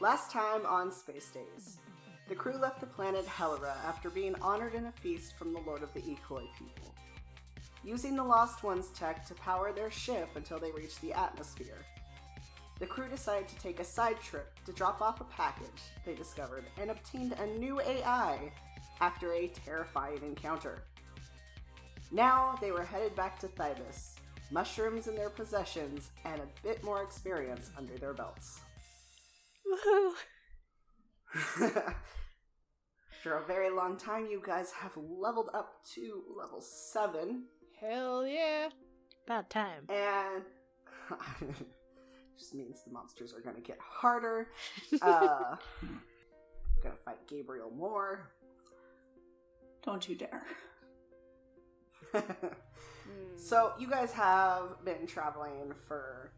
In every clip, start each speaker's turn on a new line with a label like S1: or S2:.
S1: Last time on Space Days, the crew left the planet Hellera after being honored in a feast from the Lord of the Ekoi people. Using the Lost Ones tech to power their ship until they reached the atmosphere, the crew decided to take a side trip to drop off a package they discovered and obtained a new AI after a terrifying encounter. Now they were headed back to Thibis, mushrooms in their possessions, and a bit more experience under their belts.
S2: Woohoo!
S1: After a very long time, you guys have leveled up to level 7,
S3: Hell yeah.
S2: About time.
S1: and. just means the monsters are gonna get harder. Uh, gonna fight Gabriel more.
S4: Don't you dare.
S3: Hmm.
S1: So you guys have been traveling for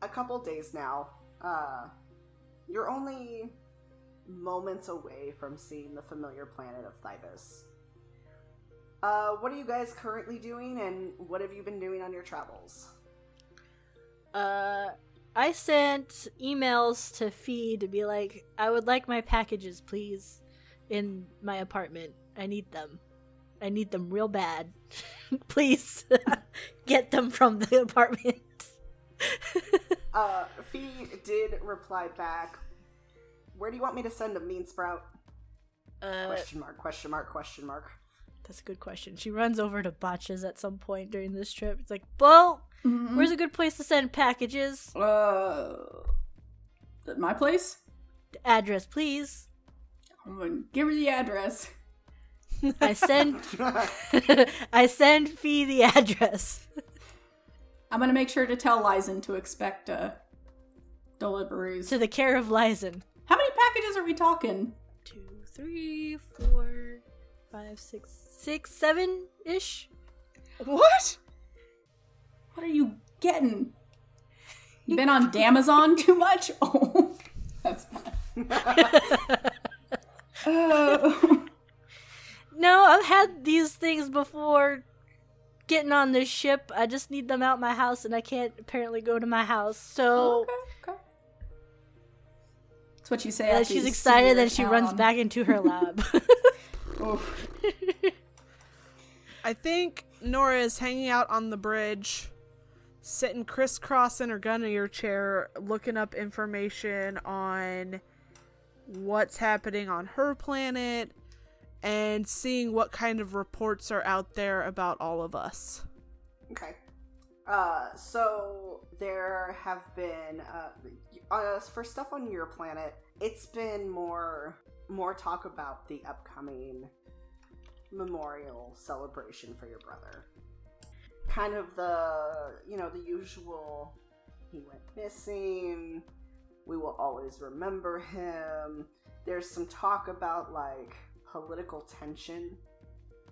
S1: a couple days now. Uh, you're only moments away from seeing the familiar planet of Thibis. Uh, what are you guys currently doing, and what have you been doing on your travels?
S2: Uh, I sent emails to Fee to be like, I would like my packages, please, in my apartment. I need them. I need them real bad. please get them from the apartment.
S1: Uh, Fee did reply back. Where do you want me to send them, Mean Sprout?
S2: Uh,
S1: Question mark. Question mark. Question mark.
S2: that's a good question. She runs over to Botches at some point during this trip. It's like, Bo, where's
S1: Mm-hmm.
S2: a good place to send packages?
S4: Mm-hmm. uh, my place?
S2: Address, please.
S4: I'm gonna give her the address.
S2: I send, I send Fee the address.
S4: I'm gonna make sure to tell Lizen to expect uh, deliveries.
S2: to the care of Lizen.
S4: How many packages are we talking?
S2: Two, three, four, five, six, six, seven ish.
S4: What? What are you getting? You been on Damazon too much? Oh, that's fine. Oh.
S2: No, I've had these things before getting on this ship. I just need them out my house, and I can't apparently go to my house. So
S4: okay, okay. That's what you say.
S2: uh,
S4: after
S2: she's
S4: you
S2: excited
S4: see
S2: that she
S4: your
S2: runs
S4: town.
S2: back into her lab.
S4: Oof.
S3: I think Nora is hanging out on the bridge, sitting crisscross in her gun in her chair, looking up information on what's happening on her planet and seeing what kind of reports are out there about all of us.
S1: Okay. Uh, so there have been uh, uh, for stuff on your planet, it's been more more talk about the upcoming memorial celebration for your brother. Kind of the you know the usual. He went missing. We will always remember him. There's some talk about like political tension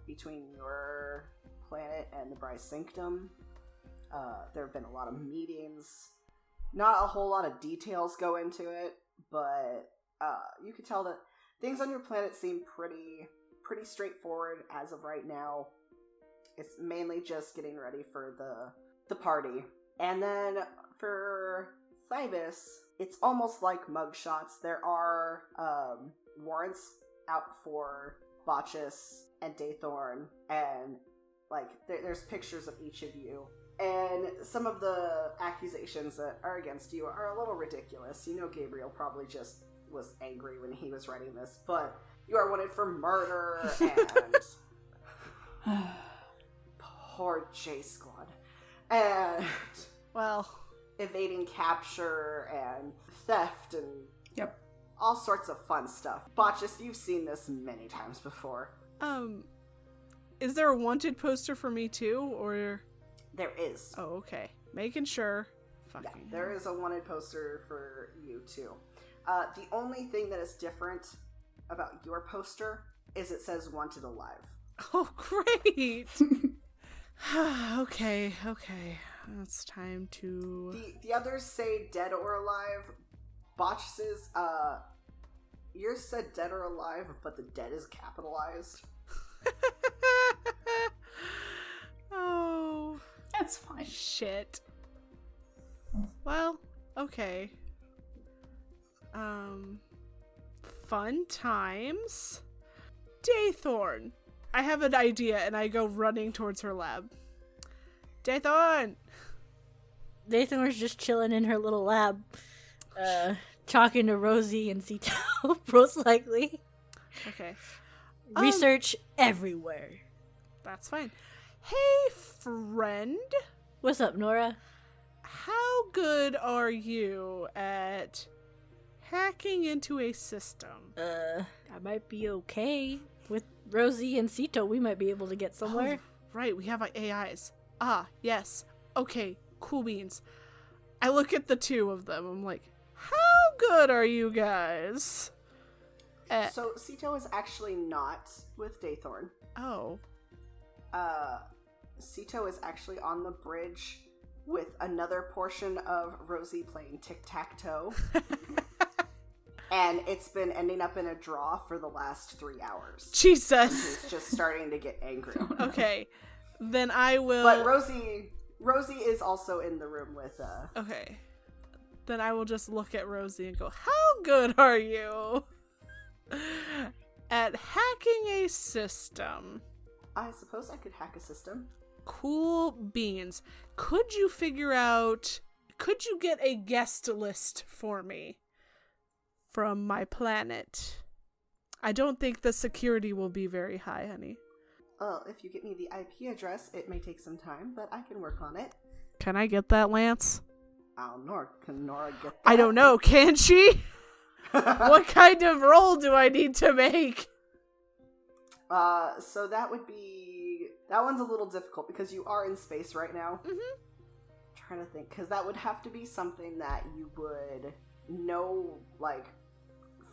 S1: between your planet and the Bryce Sanctum. Uh, there have been a lot of meetings. Not a whole lot of details go into it, but uh, you could tell that things on your planet seem pretty pretty straightforward as of right now. It's mainly just getting ready for the the party. And then for Thibis, it's almost like mugshots. There are um, warrants out for Botchus and Daythorn, and like there, there's pictures of each of you. And some of the accusations that are against you are a little ridiculous. You know, Gabriel probably just was angry when he was writing this, but you are wanted for murder and poor J Squad and
S3: Well,
S1: evading capture and theft and
S4: yep.
S1: all sorts of fun stuff. Botchus, you've seen this many times before.
S3: um is there a wanted poster for me too or
S1: There is.
S3: Oh, okay. Making sure.
S1: Yeah,
S3: Fucking.
S1: there is a wanted poster for you too. Uh, the only thing that is different about your poster is it says wanted alive.
S3: Oh, great. okay, okay. It's time to.
S1: The the others say dead or alive. Botch's uh yours said dead or alive, but the dead is capitalized.
S3: oh,
S4: That's fine.
S3: shit. Well, okay. Um, fun times. Daythorn. I have an idea and I go running towards her lab. Daythorn!
S2: Nathan was just chilling in her little lab, uh, talking to Rosie and Zito, most likely.
S3: Okay, Um,
S2: Research everywhere.
S3: that's fine. Hey, friend.
S2: What's up, Nora?
S3: How good are you at hacking into a system?
S2: Uh, I might be okay with Rosie and Sito. We might be able to get somewhere.
S3: Oh, right, we have our AIs. Ah, yes. Okay, cool beans. I look at the two of them. I'm like, how good are you guys? at-
S1: So Sito is actually not with Daythorn.
S3: oh,
S1: Uh, Sito is actually on the bridge with another portion of Rosie playing tic tac toe, and it's been ending up in a draw for the last three hours.
S3: Jesus.
S1: She's just starting to get angry.
S3: Oh, Okay, then I will.
S1: But Rosie, Rosie is also in the room with uh,
S3: okay, then I will just look at Rosie and go, how good are you at hacking a system?
S1: I suppose I could hack a system.
S3: cool beans. Could you figure out? Could you get a guest list for me from my planet? I don't think the security will be very high, honey.
S1: Well, if you get me the IP address, it may take some time, but I can work on it.
S3: Can I get that, Lance?
S1: Oh, Nora, can Nora get that?
S3: I don't know. Can she? what kind of role do I need to make?
S1: Uh, so that would be that one's a little difficult because you are in space right now.
S3: Mhm.
S1: trying to think, because that would have to be something that you would know like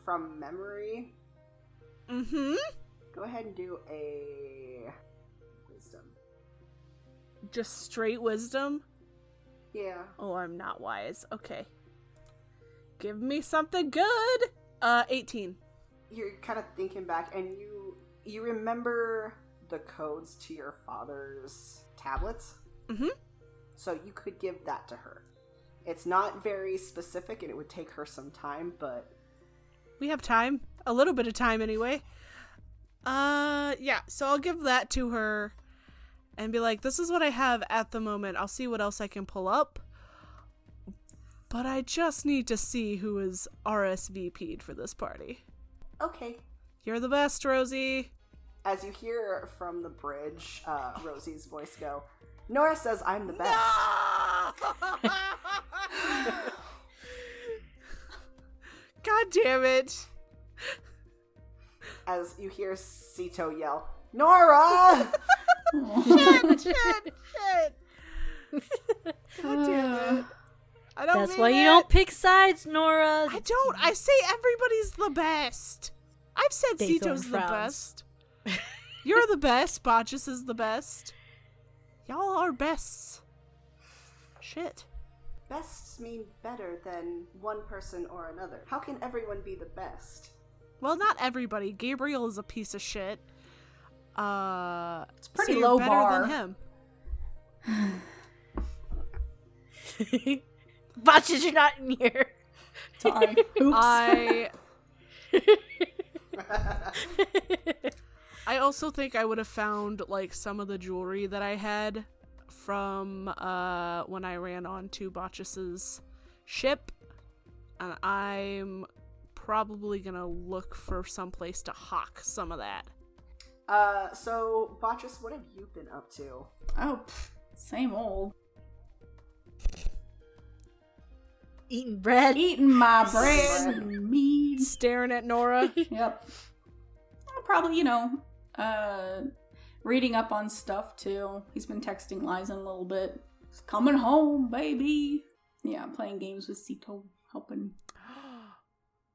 S1: from memory.
S3: Mm-hmm.
S1: Go ahead and do a wisdom.
S3: Just straight wisdom.
S1: Yeah.
S3: Oh, I'm not wise. Okay. Give me something good. Uh, 18.
S1: you're kind of thinking back and you you remember the codes to your father's tablets
S3: Mhm.
S1: so you could give that to her it's not very specific and it would take her some time but
S3: We have time. A little bit of time anyway. Uh yeah, so I'll give that to her and be like, this is what I have at the moment. I'll see what else I can pull up. But I just need to see who is RSVP'd for this party.
S1: okay
S3: You're the best, Rosie.
S1: as you hear from the bridge uh, rosie's voice go nora says i'm the best
S3: God damn it.
S1: as you hear sito yell nora
S3: Shit, shit. God damn it. I don't
S2: That's
S3: mean
S2: why
S3: it.
S2: you don't pick sides, Nora.
S3: I don't. I say everybody's the best. I've said
S2: Daythorn
S3: Sito's the
S2: frowns.
S3: best. You're the best. Botchus is the best. Y'all are bests. Shit.
S1: bests mean better than one person or another how can everyone be the best
S3: Well, not everybody. Gabriel is a piece of shit. Uh, it's
S4: pretty low
S3: better
S4: bar.
S3: than him.
S2: Botches, you're not in here.
S4: Sorry. Oops.
S3: I. I also think I would have found like some of the jewelry that I had from uh when I ran onto Botchus's ship, and I'm probably gonna look for some place to hawk some of that.
S1: Uh, so Botchus, what have you been up to?
S4: oh, pff, same old.
S2: Eating bread.
S4: Eating my bread and meat.
S3: Staring at Nora.
S4: Yep. I'll probably, you know, uh, reading up on stuff too. He's been texting Liza a little bit. He's coming home, baby. Yeah, playing games with Sito, helping.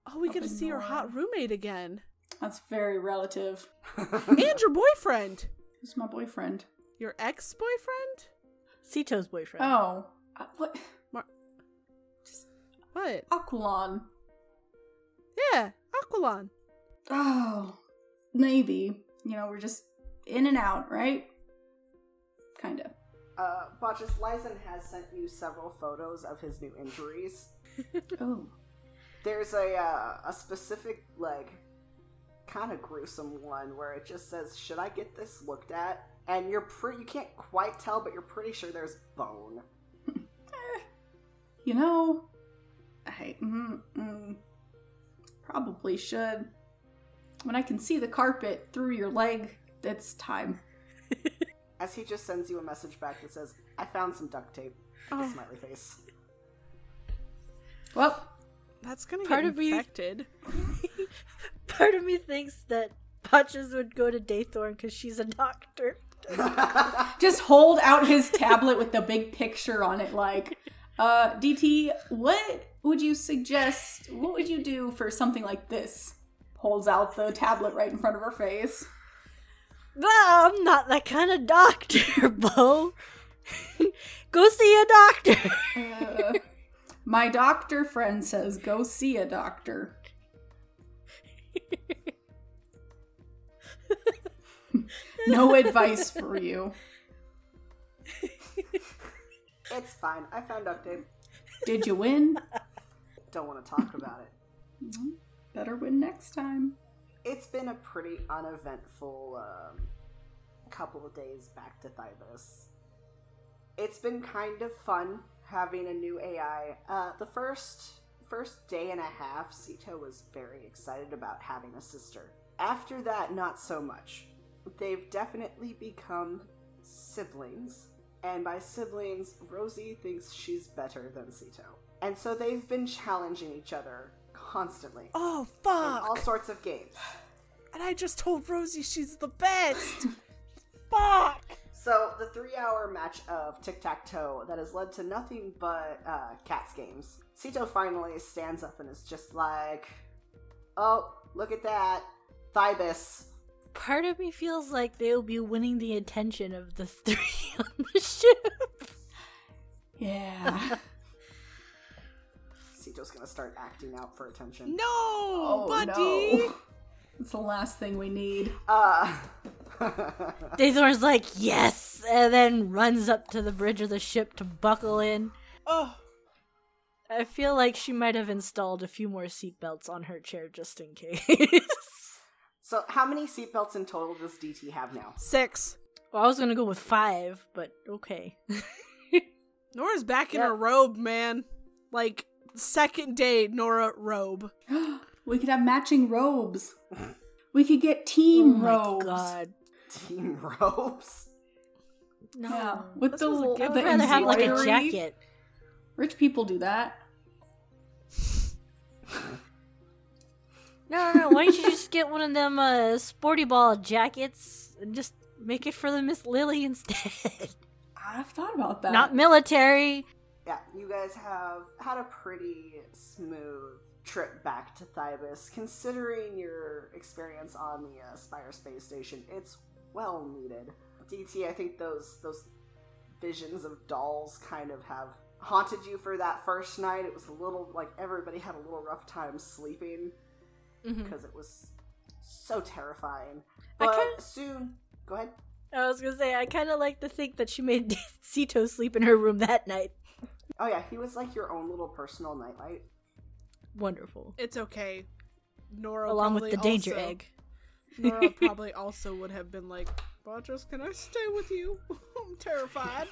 S3: oh, we get to
S4: Helping
S3: see her
S4: Nora.
S3: hot roommate again,
S4: That's very relative.
S3: and your boyfriend,
S4: Who's my boyfriend?
S3: your ex-boyfriend.
S2: Sito's boyfriend.
S4: Oh, uh, what?
S3: What?
S4: Aquilon.
S3: Yeah, Aquilon.
S4: Oh, maybe. You know, we're just in and out, right? Kind of.
S1: Uh, Botchus, Lyson has sent you several photos of his new injuries.
S4: Oh.
S1: There's a uh, a specific like kind of gruesome one where it just says, "Should I get this looked at?" And you're pretty you can't quite tell, but you're pretty sure there's bone.
S4: You know, I mm, mm, probably should. When I can see the carpet through your leg, it's time.
S1: As he just sends you a message back that says, "I found some duct tape."
S3: Oh.
S1: Smiley face.
S4: Well,
S3: That's gonna
S2: Part
S3: get
S2: of me-
S3: infected.
S2: Part of me thinks that Patches would go to Daythorn because she's a doctor.
S4: just hold out his tablet with the big picture on it like uh dt what would you suggest what would you do for something like this holds out the tablet right in front of her face
S2: Well, I'm not that kind of doctor, Bo. go see a doctor.
S4: Uh, my doctor friend says go see a doctor no advice for you
S1: it's fine. I found duct tape.
S4: did you win
S1: Don't want to talk about it.
S4: better win next time
S1: It's been a pretty uneventful um, couple of days back to Thybus. It's been kind of fun having a new AI. Uh, the first first day and a half, Sito was very excited about having a sister. After that, not so much. They've definitely become siblings, and by siblings, Rosie thinks she's better than Sito. And so they've been challenging each other constantly
S3: Oh
S1: in all
S3: fuck!
S1: sorts of games.
S3: And I just told Rosie she's the best. fuck!
S1: So the three-hour match of tic-tac-toe that has led to nothing but uh, cats games. Sito finally stands up and is just like, "Oh, look at that, Thibis."
S2: Part of me feels like they'll be winning the attention of the three on the ship.
S4: yeah
S1: Sito's gonna start acting out for attention.
S3: No,
S4: Oh,
S3: buddy.
S4: no. It's the last thing we need.
S1: Uh,
S2: Daythorn's like, yes, and then runs up to the bridge of the ship to buckle in.
S3: Oh,
S2: I feel like she might have installed a few more seatbelts on her chair just in case.
S1: so how many seatbelts in total does DT have now?
S3: six.
S2: well, I was gonna go with five, but okay.
S3: Nora's back in
S2: Yep.
S3: her robe, man. Like second day Nora robe.
S4: we could have matching robes. We could get team robes.
S2: Oh god.
S1: Team ropes.
S2: No.
S4: Yeah, with
S3: This
S4: the,
S3: was a
S4: l-
S3: good
S2: I
S4: the
S3: one.
S2: would rather have like a
S4: embroidery.
S2: jacket.
S4: Rich people do that.
S2: No, no, no. Why don't you just get one of them uh, sporty ball jackets and just make it for the Miss Lily instead?
S4: I've thought about that.
S2: Not military.
S1: yeah, you guys have had a pretty smooth trip back to Thibis. Considering your experience on the uh, Spire space station, it's well needed. DT, I think those those visions of dolls kind of have haunted you for that first night. It was a little like everybody had a little rough time sleeping
S2: Mhm.
S1: because it was so terrifying.
S2: I
S1: But
S2: kinda-
S1: soon, go ahead.
S2: I was gonna say I kind of like to think that she made Sito sleep in her room that night.
S1: Oh yeah, he was like your own little personal nightlight.
S2: Wonderful.
S3: It's okay. Nora
S2: Along with
S3: probably
S2: the danger
S3: also-
S2: egg.
S3: Nora probably also would have been like, Rogers, can I stay with you? I'm terrified.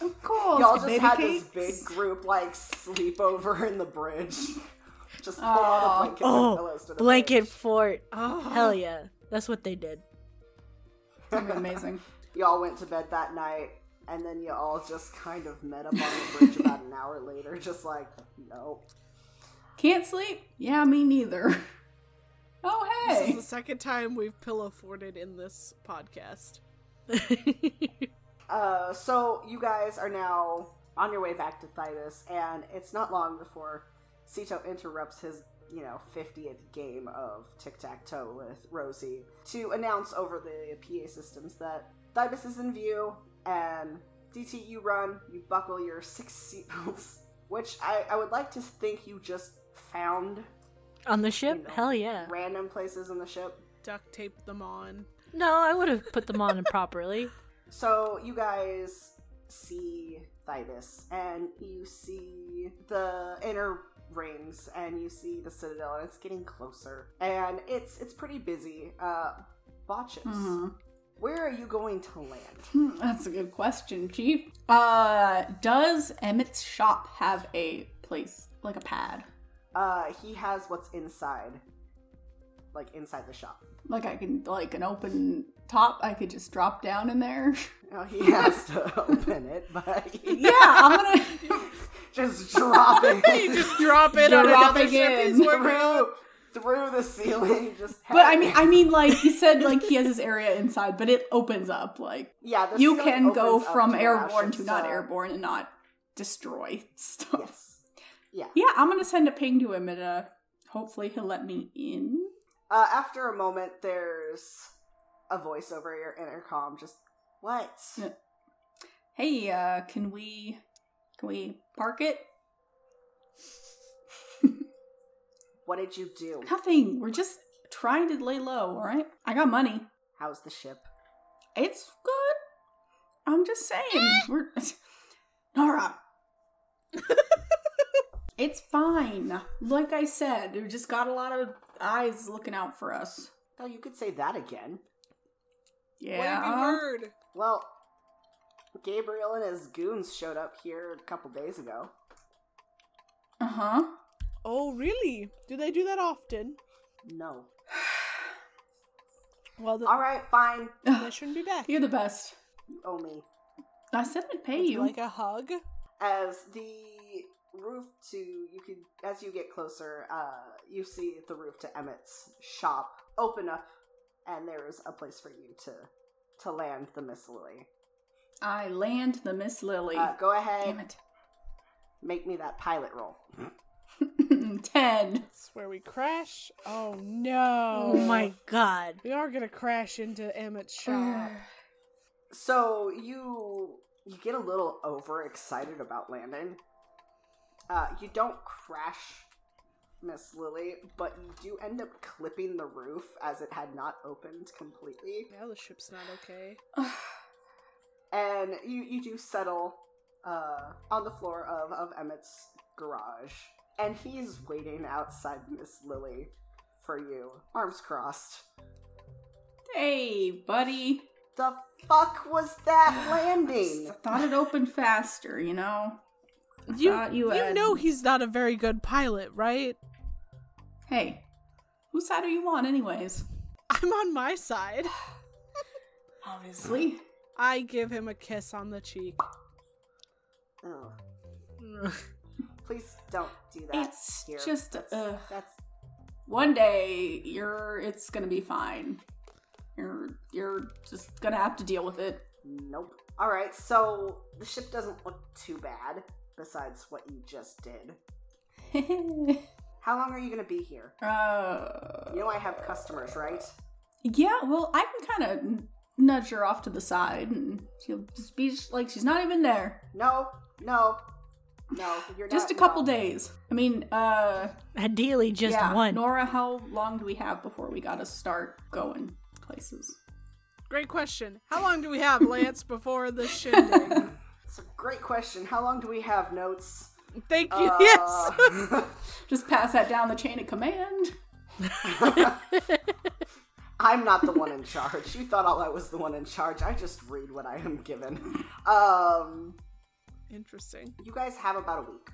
S4: of course.
S1: Y'all just
S4: baby
S1: had this
S4: cakes.
S1: big group like sleepover in the bridge. Just pull
S4: Aw.
S1: out a blanket
S2: Oh,
S1: and pillows to the
S2: Blanket
S1: bridge.
S2: fort.
S3: Oh
S2: Hell yeah. That's what they did.
S4: That'd be amazing.
S1: Y'all went to bed that night, and then you all just kind of met up on the bridge about an hour later, just like, no.
S4: Can't sleep? Yeah, me neither. Oh
S3: This is
S4: hey.
S3: the second time we've pillow forted in this podcast.
S1: Uh, so you guys are now on your way back to Titus, and it's not long before Sito interrupts his, you know, 50th game of tic tac toe with Rosie to announce over the PA systems that Thibus is in view, and DT, you run, you buckle your six seatbelts, which I, I would like to think you just found
S2: On the ship?
S1: You know.
S2: Hell yeah.
S1: random places in the ship.
S3: Duct tape them on.
S2: No, I would have put them on properly.
S1: So you guys see Thibis, and you see the inner rings and you see the citadel and it's getting closer and it's it's pretty busy uh botches
S4: Mhm.
S1: where are you going to land
S4: Hmm, That's a good question, Chief. Uh, does Emmett's shop have a place like a pad?
S1: uh he has what's inside like inside the shop
S4: Like I can like an open top? I could just drop down in there.
S1: now he has to open it but he
S4: yeah, I'm gonna.
S1: just drop it
S3: you just drop it on
S4: Drop
S3: another
S4: it
S3: ship
S4: in.
S3: he's working on.
S1: through through the ceiling just
S4: But I mean, I mean, like he said, like he has his area inside, but it opens up. Like
S1: yeah the
S4: you
S1: ceiling
S4: can go
S1: opens up
S4: from
S1: allow
S4: airborne
S1: ships
S4: to not airborne and not destroy stuff.
S1: yes
S4: Yeah, I'm gonna send a ping to him, and uh, hopefully he'll let me in.
S1: Uh, after a moment, there's a voice over your intercom. Just what?
S4: Yeah. Hey, uh, can we can we park it?
S1: What did you do?
S4: Nothing. We're just trying to lay low. All right. I got money.
S1: How's the ship?
S4: It's good. I'm just saying. We're Nora. it's fine. Like I said, we just got a lot of eyes looking out for us.
S1: Oh, you could say that again.
S3: What have you
S4: Yeah.
S3: heard?
S1: Well, Gabriel and his goons showed up here a couple days ago.
S4: Uh huh.
S3: Oh, really? Do they do that often?
S1: No.
S3: Well, then
S1: All right, fine.
S3: they shouldn't be back.
S4: You're the best.
S1: You owe me.
S4: I said I'd pay
S3: Would
S4: you.
S3: you like a hug?
S1: As the roof to you could as you get closer, uh, you see the roof to Emmett's shop open up, and there's a place for you to to land the Miss Lily.
S4: I land the Miss Lily.
S1: Uh, go ahead.
S4: Damn it.
S1: make me that pilot roll.
S4: Ten.
S3: That's where we crash. Oh no!
S2: Oh my god.
S3: We are gonna crash into Emmett's shop.
S1: So you you get a little overexcited about landing. Uh, you don't crash Miss Lily, but you do end up clipping the roof as it had not opened completely,
S3: now the ship's not okay.
S1: and you you do settle uh, on the floor of of Emmett's garage, and he's waiting outside Miss Lily for you, arms crossed.
S4: hey, buddy.
S1: The fuck was that landing?
S4: I thought it opened faster, you know?
S3: You,
S4: Thought
S3: you,
S4: you had-
S3: know he's not a very good pilot, right?
S4: Hey, whose side are you on, anyways?
S3: I'm on my side.
S4: Obviously.
S3: I give him a kiss on the cheek.
S1: Ugh. Please don't do that.
S4: It's
S1: here.
S4: just, uh,
S1: that's,
S4: ugh.
S1: that's
S4: One day, you're. It's gonna be fine. You're. You're just gonna have to deal with it.
S1: nope. All right, so the ship doesn't look too bad besides what you just did. How long are you going to be here?
S4: uh.
S1: You know I have customers, right?
S4: Yeah, well, I can kind of nudge her off to the side, and she'll just be just like she's not even there.
S1: No, no, no. You're
S4: Just a
S1: not-
S4: couple
S1: no.
S4: days. I mean, uh.
S2: Ideally, just
S4: yeah.
S2: one.
S4: Nora, how long do we have before we gotta start going places?
S3: Great question. How long do we have, Lance, before the shindig?
S1: It's a great question. How long do we have notes?
S3: Thank you.
S1: Uh,
S3: yes.
S4: Just pass that down the chain of command.
S1: I'm not the one in charge. You thought all I was the one in charge. I just read what I am given. Um,
S3: Interesting.
S1: you guys have about a week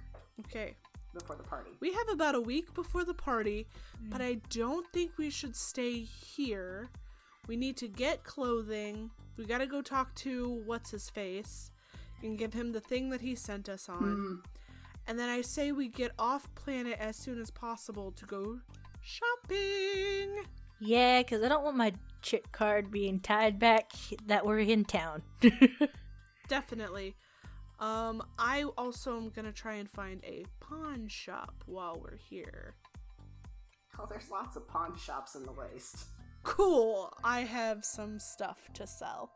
S3: Okay.
S1: before the party.
S3: We have about a week before the party, but I don't think we should stay here. We need to get clothing. We gotta go talk to what's his face and give him the thing that he sent us on.
S4: Hmm.
S3: And then I say we get off planet as soon as possible to go shopping.
S2: Yeah, because I don't want my chit card being tied back that we're in town.
S3: Definitely. Um, I also am gonna try and find a pawn shop while we're here.
S1: Oh, there's lots of pawn shops in the waste.
S3: Cool. I have some stuff to sell.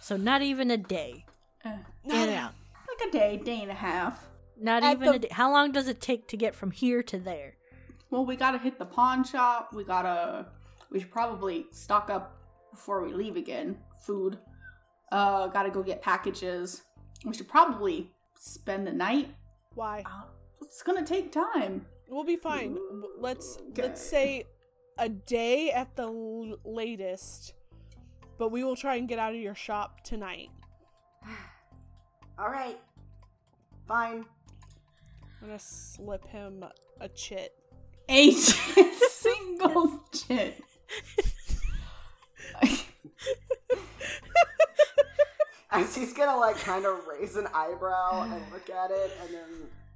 S2: so not even a day.
S4: Uh,
S2: In and out.
S4: like a day, day and a half.
S2: Not
S3: At
S2: even
S3: the-
S2: a day. How long does it take to get from here to there?
S4: Well, we gotta hit the pawn shop. We gotta. We should probably stock up before we leave again. Food. Uh, gotta go get packages. We should probably spend the night.
S3: Why?
S4: Uh, It's gonna take time.
S3: We'll be fine. W- Let's let's
S4: Okay.
S3: say a day at the l- latest, but we will try and get out of your shop tonight.
S1: All right. Fine.
S3: I'm gonna slip him a chit.
S4: A single chit.
S1: As he's gonna like kind of raise an eyebrow and look at it, and then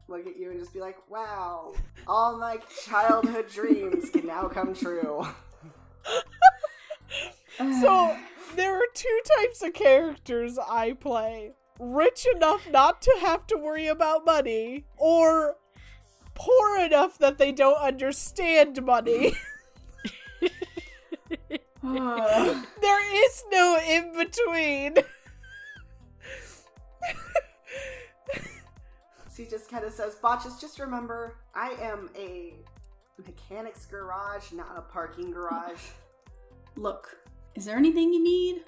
S1: look at you and just be like, "Wow, all my childhood dreams can now come true."
S3: So there are two types of characters I play: rich enough not to have to worry about money, or poor enough that they don't understand money.
S4: Uh,
S3: There is no in between.
S1: So he just kind of says, "Botches, just remember, I am a mechanic's garage, not a parking garage."
S4: look, is there anything you need?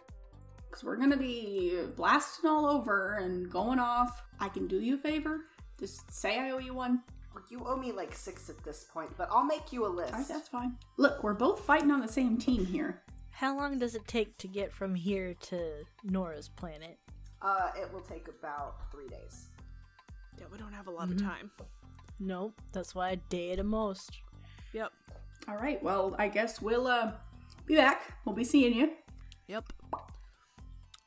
S4: Because we're gonna be blasting all over and going off. I can do you a favor. Just say I owe you one.
S1: You owe me like six at this point, but I'll make you a list.
S4: All right, that's fine. Look, we're both fighting on the same team here.
S2: How long does it take to get from here to Nora's planet?
S1: Uh, it will take about three days.
S3: Yeah, we don't have a lot
S2: Mhm.
S3: of time.
S2: Nope, that's why a day at a most.
S3: Yep.
S4: All right. Well, I guess we'll uh, be back. We'll be seeing you.
S3: Yep.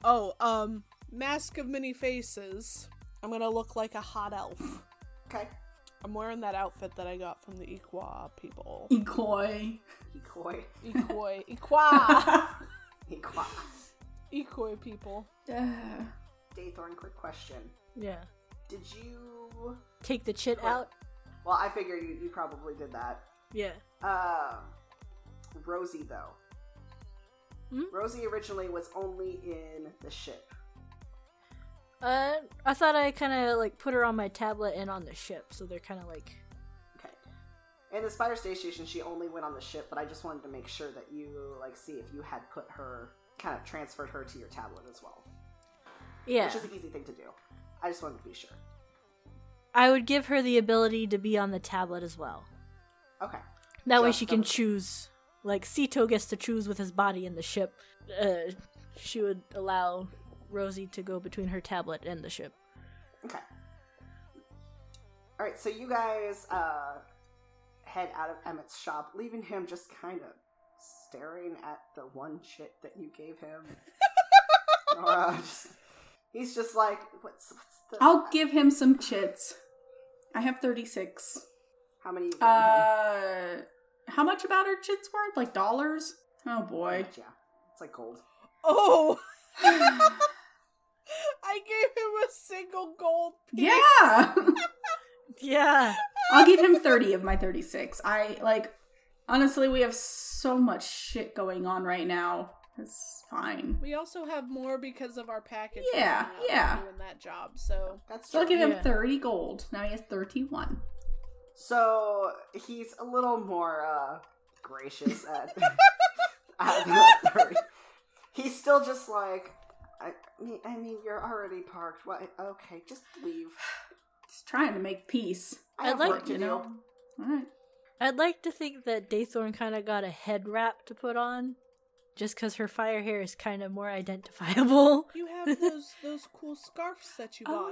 S3: Oh, um, Mask of Many Faces. I'm gonna look like a hot elf.
S1: Okay.
S3: I'm wearing that outfit that I got from the Equa people.
S4: Ikoi.
S1: Ecoy.
S3: Equa. Equa!
S1: Equa.
S3: Equa people.
S4: Uh,
S1: Daythorn, quick question.
S2: Yeah.
S1: Did you.
S2: Take the chit out?
S1: Well, I figure you, you probably did that.
S2: Yeah.
S1: Uh, Rosie, though.
S2: Hmm?
S1: Rosie originally was only in the ship.
S2: Uh, I thought I kind of like put her on my tablet and on the ship, so they're kind of like.
S1: Okay. In the Spider Space Station, she only went on the ship, but I just wanted to make sure that you, like, see if you had put her, kind of transferred her to your tablet as well.
S2: Yeah.
S1: Which is an easy thing to do. I just wanted to be sure.
S2: I would give her the ability to be on the tablet as well.
S1: Okay.
S2: That way
S1: Yeah,
S2: she
S1: that
S2: can
S1: would-
S2: choose. Like, Sito gets to choose with his body in the ship. Uh, she would allow Rosie to go between her tablet and the ship.
S1: Okay. All right, so you guys uh, head out of Emmett's shop, leaving him just kind of staring at the one shit that you gave him. Nora, just- he's just like, what's, what's the?
S4: I'll give him some chits. I have 36.
S1: How many? You gave him?
S4: Uh, how much about our chits worth? Like dollars? Oh boy.
S1: Yeah, it's like gold.
S3: Oh! I gave him a single gold piece.
S4: yeah.
S2: Yeah.
S4: I'll give him 30 of my 36. I like honestly, we have so much shit going on right now. It's fine.
S3: We also have more because of our package.
S4: Yeah,
S3: going out
S4: yeah.
S3: Doing that job, so.
S1: That's
S4: So I'll
S1: true.
S4: give him
S2: Yeah.
S4: 30 gold. Now he has 31.
S1: So he's a little more uh, gracious at, at the third. He's still just like, I, mean- I mean, you're already parked. What? Okay, just leave.
S4: Just trying to make peace.
S1: I
S2: I'd
S1: have
S2: like
S1: work to
S4: You
S1: do.
S4: know? All right.
S2: I'd like to think that Daythorn kind of got a head wrap to put on, just because her fire hair is kind of more identifiable.
S3: You have those those cool scarfs that you
S4: Oh,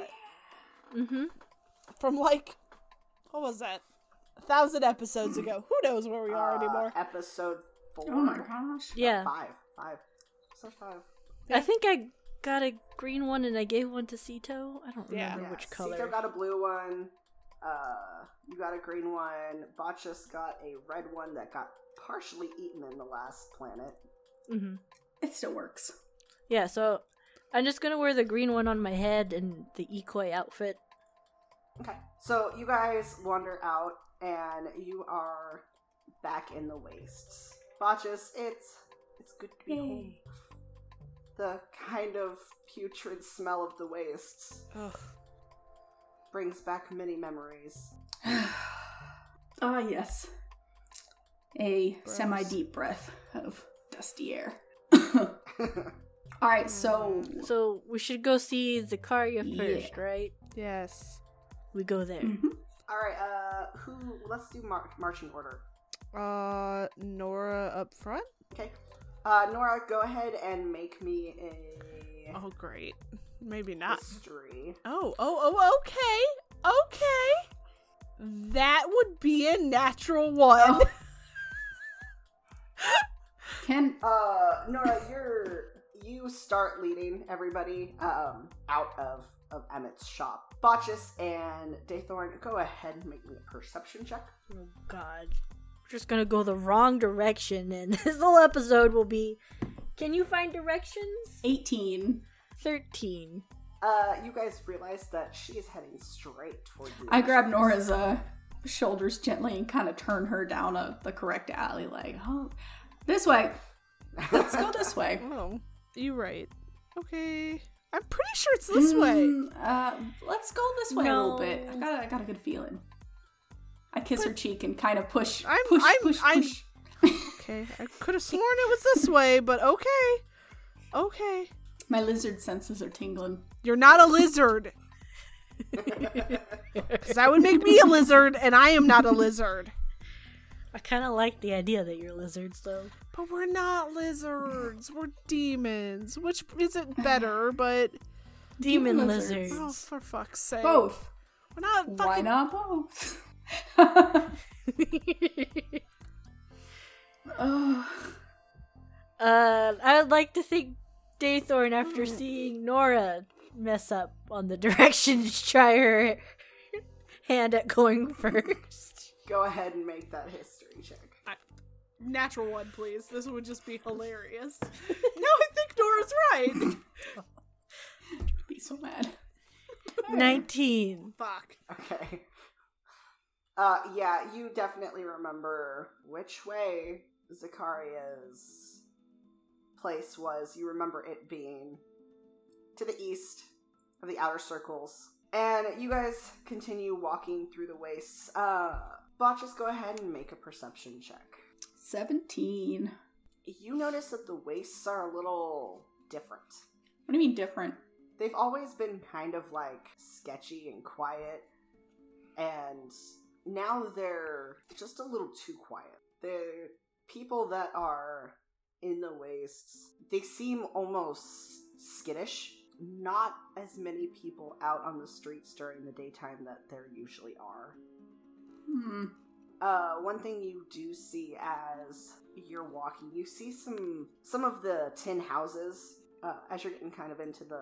S3: bought
S2: Mm-hmm.
S3: from like, what was that? A thousand episodes ago. Who knows where we are
S1: Uh,
S3: anymore?
S1: Episode four.
S4: Oh my gosh.
S2: Yeah.
S1: Five. Five. Episode five.
S2: I think I got a green one and I gave one to Sito. I don't
S3: Yeah.
S2: remember
S1: Yeah,
S2: which
S1: Sito
S2: color.
S1: got a blue one. Uh, you got a green one. Botchus got a red one that got partially eaten in the last planet.
S2: hmm
S4: It still works.
S2: Yeah, so I'm just gonna wear the green one on my head and the Ikoi outfit.
S1: Okay. So you guys wander out and you are back in the wastes. Botchus, it's it's good to be home. The kind of putrid smell of the wastes
S3: Ugh.
S1: brings back many memories.
S4: Ah, yes. A semi deep breath of dusty air. All right, so
S2: So we should go see Zakaria
S4: Yeah.
S2: first, right?
S3: Yes.
S2: We go there.
S4: Mhm.
S1: All right. Uh, who? Let's do mar- marching order.
S3: Uh, Nora up front.
S1: Okay. Uh, Nora, go ahead and make me a
S3: Oh, great. Maybe not.
S1: history.
S3: Oh, oh, oh. Okay, okay. That would be a natural one.
S4: Can
S1: Uh, Nora, you're you start leading everybody um out of of Emmett's shop. Botchus and Daythorn, go ahead and make me a perception check.
S2: Oh god. We're just gonna go the wrong direction and this whole episode will be Can you find directions?
S4: 18.
S2: Thirteen.
S1: Uh, you guys realize that she is heading straight toward you.
S4: I grab Nora's uh, shoulders gently and kind of turn her down a, the correct alley, like, oh, this way. Let's go this way.
S3: oh, you right. Okay. I'm pretty sure it's this way.
S4: Mm, Uh, let's go this way a little bit. I
S2: No.
S4: got, I got a good feeling. I kiss her cheek and kind of push,
S3: I'm-
S4: push,
S3: I'm-
S4: push,
S3: I'm-
S4: push.
S3: Okay. I could have sworn it was this way, but okay. Okay.
S4: My lizard senses are tingling.
S3: You're not a lizard. Because that would make me a lizard, and I am not a lizard.
S2: I kinda like the idea that you're lizards though.
S3: But we're not lizards. We're demons, which isn't better, but.
S2: Demon,
S4: Demon
S2: lizards.
S3: Oh, for fuck's sake.
S4: Both.
S3: We're not fucking.
S4: Why not both? Ugh.
S2: uh I would like to think Daythorn after seeing Nora mess up on the directions try her hand at going first.
S1: Go ahead and make that history check.
S3: Natural one, please. This would just be hilarious. no, I think Nora's right.
S4: be so mad.
S2: Nineteen.
S3: Fuck.
S1: Okay. Uh, yeah, you definitely remember which way Zakaria's place was. You remember it being to the east of the outer circles. And you guys continue walking through the wastes. Uh, Bot, just go ahead and make a perception check.
S4: 17.
S1: You notice that the wastes are a little different.
S4: What do you mean different?
S1: they've always been kind of like sketchy and quiet and now they're just a little too quiet the people that are in the wastes they seem almost skittish not as many people out on the streets during the daytime that there usually are
S4: Hmm.
S1: uh, one thing you do see as you're walking, you see some some of the tin houses uh, as you're getting kind of into the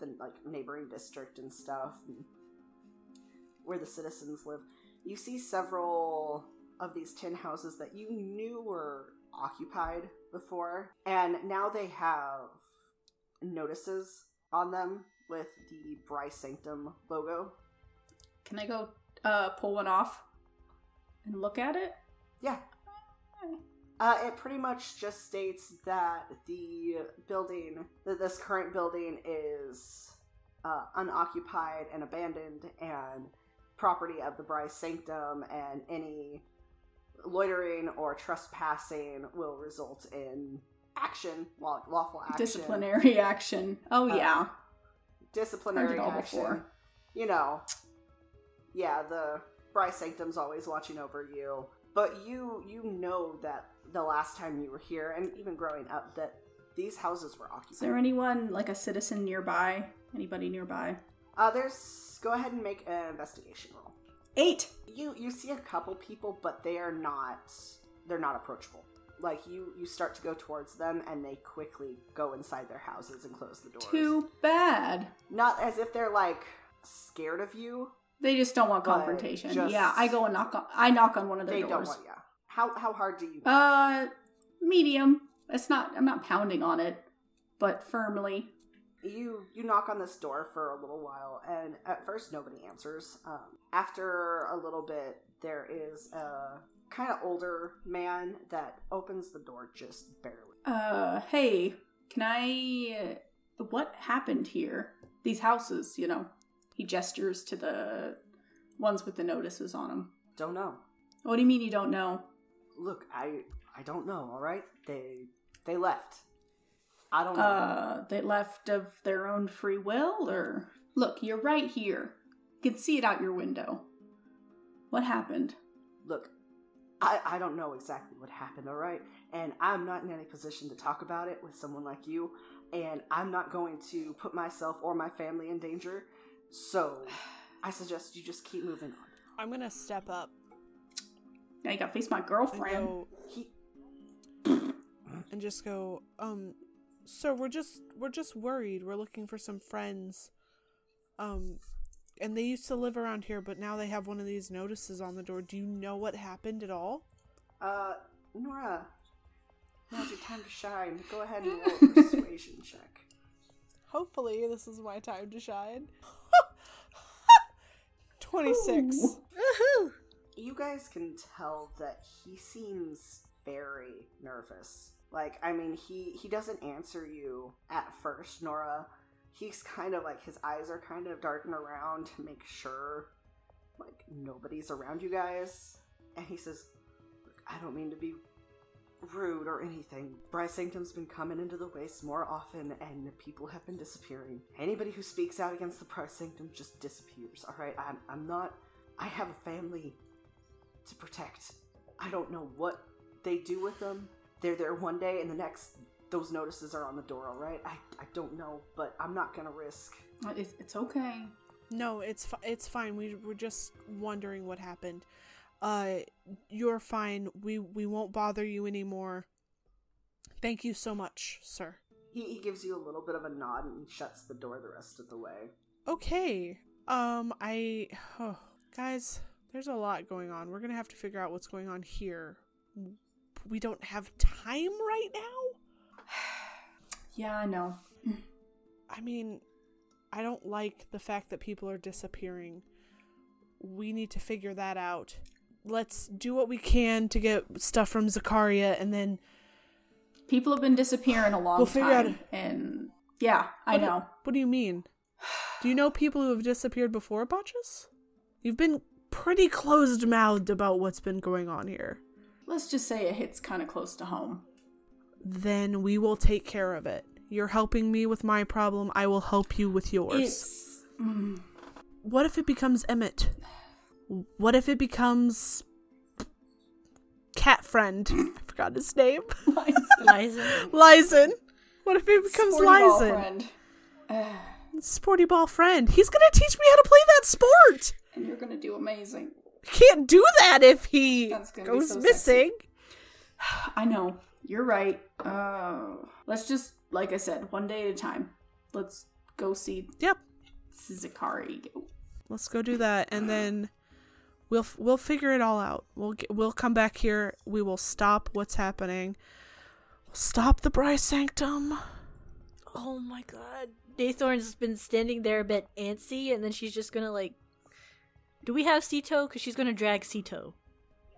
S1: the like neighboring district and stuff, and where the citizens live. You see several of these tin houses that you knew were occupied before, and now they have notices on them with the Bry Sanctum logo.
S4: Can I go uh, pull one off and look at it?
S1: Yeah. Uh, it pretty much just states that the building, that this current building is uh, unoccupied and abandoned and property of the Bryce Sanctum, and any loitering or trespassing will result in action, law- lawful action.
S4: Disciplinary action. Oh,
S1: Uh,
S4: yeah. Heard
S1: Disciplinary
S4: it all
S1: action.
S4: before.
S1: You know, yeah, the Bryce Sanctum's always watching over you, but you you know that the last time you were here, and even growing up, that these houses were occupied.
S4: Is there anyone, like a citizen nearby? Anybody nearby?
S1: uh, there's go ahead and make an investigation roll.
S4: Eight.
S1: You you see a couple people, but they are not they're not approachable. Like you you start to go towards them, and they quickly go inside their houses and close the doors.
S4: Too bad.
S1: Not as if they're like scared of you,
S4: They just don't want
S1: But
S4: confrontation.
S1: just-
S4: yeah, I go and knock on. I knock on one of their
S1: they don't
S4: doors.
S1: want you. How how hard do you?
S4: uh, medium. It's not. I'm not pounding on it, but firmly.
S1: you you knock on this door for a little while, and at first nobody answers. Um, after a little bit, there is a kind of older man that opens the door just barely.
S4: Uh, hey, can I? uh, What happened here? These houses, you know. He gestures to the ones with the notices on them.
S1: Don't know.
S4: What do you mean you don't know?
S1: Look, I I don't know. All right, they they left. I don't know.
S4: Uh, they left of their own free will, or look, you're right here. You can see it out your window. What happened?
S1: Look, I, I don't know exactly what happened, all right? And I'm not in any position to talk about it with someone like you. And I'm not going to put myself or my family in danger. So I suggest you just keep moving on.
S5: I'm gonna step up
S4: I gotta face my
S3: and
S4: girlfriend.
S3: go
S1: He,
S3: and just go. Um, sir, we're just we're just worried. We're looking for some friends. Um, and they used to live around here, but now they have one of these notices on the door. Do you know what happened at all?
S1: uh, Nora, now's your time to shine. Go ahead and roll a persuasion check.
S5: Hopefully, this is my time to shine. 26.
S4: Ooh.
S2: Woohoo!
S1: you guys can tell that he seems very nervous. Like, I mean, he he doesn't answer you at first, Nora. He's kind of like his eyes are kind of darting around to make sure like nobody's around you guys. And he says, Look, I don't mean to be rude or anything. Brysington's been coming into the waste more often and the people have been disappearing. Anybody who speaks out against the Brysington just disappears, alright? I'm I'm not I have a family to protect. I don't know what they do with them. They're there one day, and the next, those notices are on the door, alright? I, I don't know, but I'm not gonna risk.
S4: It's, it's okay.
S3: No, it's fi- it's fine. We we're just wondering what happened. Uh, you're fine. We we won't bother you anymore. Thank you so much, sir.
S1: He, he gives you a little bit of a nod and shuts the door the rest of the way.
S3: Okay. Um, I oh, guys, there's a lot going on. We're gonna have to figure out what's going on here. We don't have time right now.
S4: Yeah, I know.
S3: I mean, I don't like the fact that people are disappearing. We need to figure that out. Let's do what we can to get stuff from Zakaria and then
S4: People have been disappearing a long
S3: We'll figure out
S4: time, and yeah, I
S3: What do-
S4: know.
S3: What do you mean? Do you know people who have disappeared before Botches? You've been pretty closed mouthed about what's been going on here.
S4: Let's just say it hits kind of close to home.
S3: Then we will take care of it. You're helping me with my problem, I will help you with yours.
S4: It's mm,
S3: What if it becomes Emmett? What if it becomes cat friend? I forgot his name.
S2: Liza.
S3: Lyson. What if it becomes
S4: sporty ball
S3: Lyson?
S4: friend. Ugh,
S3: Sporty ball friend. He's gonna teach me how to play that sport.
S4: and you're gonna do amazing.
S3: can't do that if he
S4: That's gonna be
S3: goes
S4: so
S3: missing.
S4: I know. You're right. Uh, let's just, like I said, one day at a time. Let's go see
S3: Yep,
S4: Zakari.
S3: let's go do that, and then we'll f- we'll figure it all out. We'll get, we'll come back here. We will stop what's happening. We'll stop the Bry Sanctum.
S2: Oh my god. Daythorn's been standing there a bit antsy, and then she's just gonna like. Do we have Sito? Because she's gonna drag Sito.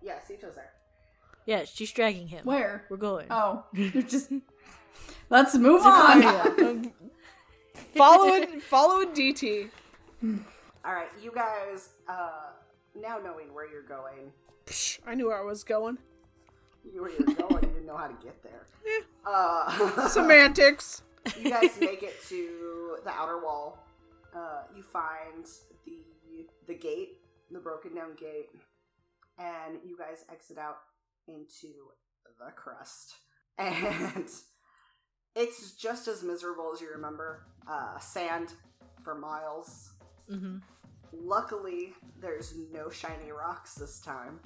S1: Yeah, Sito's there.
S2: Yeah, she's dragging him.
S4: Where?
S2: We're going.
S4: Oh, you're just. Let's move on.
S5: Follow it, follow DT.
S1: Alright, you guys, uh, now knowing where you're going,
S3: Psh, I knew where I was going.
S1: you where you're going, you didn't know how to get there. Uh,
S3: Semantics.
S1: you guys make it to the outer wall. Uh, you find the the gate, the broken down gate, and you guys exit out into the crust. And it's just as miserable as you remember. Uh, sand for miles.
S2: Mm-hmm.
S1: Luckily, there's no shiny rocks this time.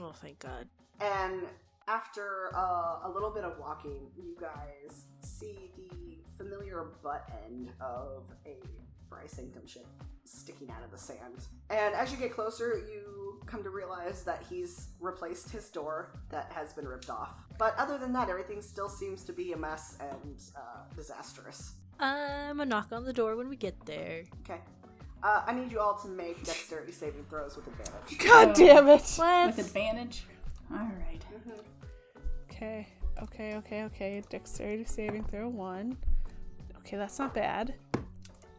S2: Oh, thank god.
S1: And after uh, a little bit of walking, you guys see the familiar butt end of a Brysanctum ship sticking out of the sand. And as you get closer, you come to realize that he's replaced his door that has been ripped off. But other than that, everything still seems to be a mess and uh, disastrous.
S2: I'm gonna Um, knock on the door when we get there.
S1: Okay. Uh, I need you all to make dexterity saving throws with advantage.
S5: God damn it.
S2: What?
S4: Oh. With advantage. All right.
S5: Okay, okay, okay, okay. Dexterity saving throw one. Okay, that's not bad.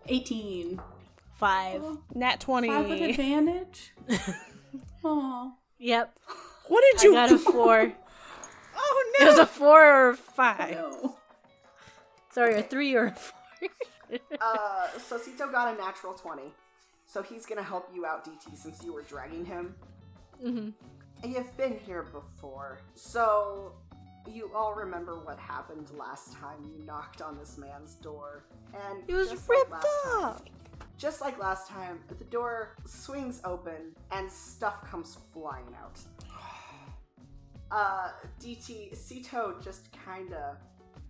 S4: 18.
S2: Five.
S5: Nat 20.
S4: Five with advantage? Aw.
S2: Yep.
S3: What did
S2: I
S3: you?
S2: got a four.
S3: oh
S2: It
S3: no!
S2: was a four or a five.
S4: No.
S2: Sorry, a three or a four.
S1: Uh, so Sito got a natural 20. So he's gonna help you out, DT, since you were dragging him.
S2: hmm
S1: And you've been here before. So you all remember what happened last time you knocked on this man's door. And
S2: It was
S1: just like
S2: ripped
S1: last time-
S2: up.
S1: just like last time, the door swings open and stuff comes flying out. Uh, DT, Sito just kinda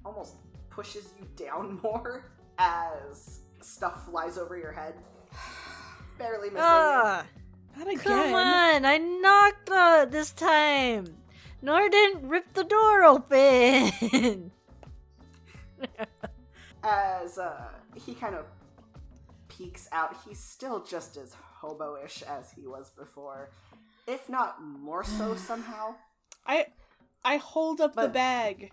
S1: almost pushes you down more as stuff flies over your head. Barely missing you.
S2: Ah,
S3: Not again.
S2: come on! I knocked uh, this time. Nor didn't rip the door open.
S1: As uh, he kind of peeks out, he's still just as hobo-ish as he was before. If not more so somehow.
S3: I I hold up the
S1: But-
S3: bag.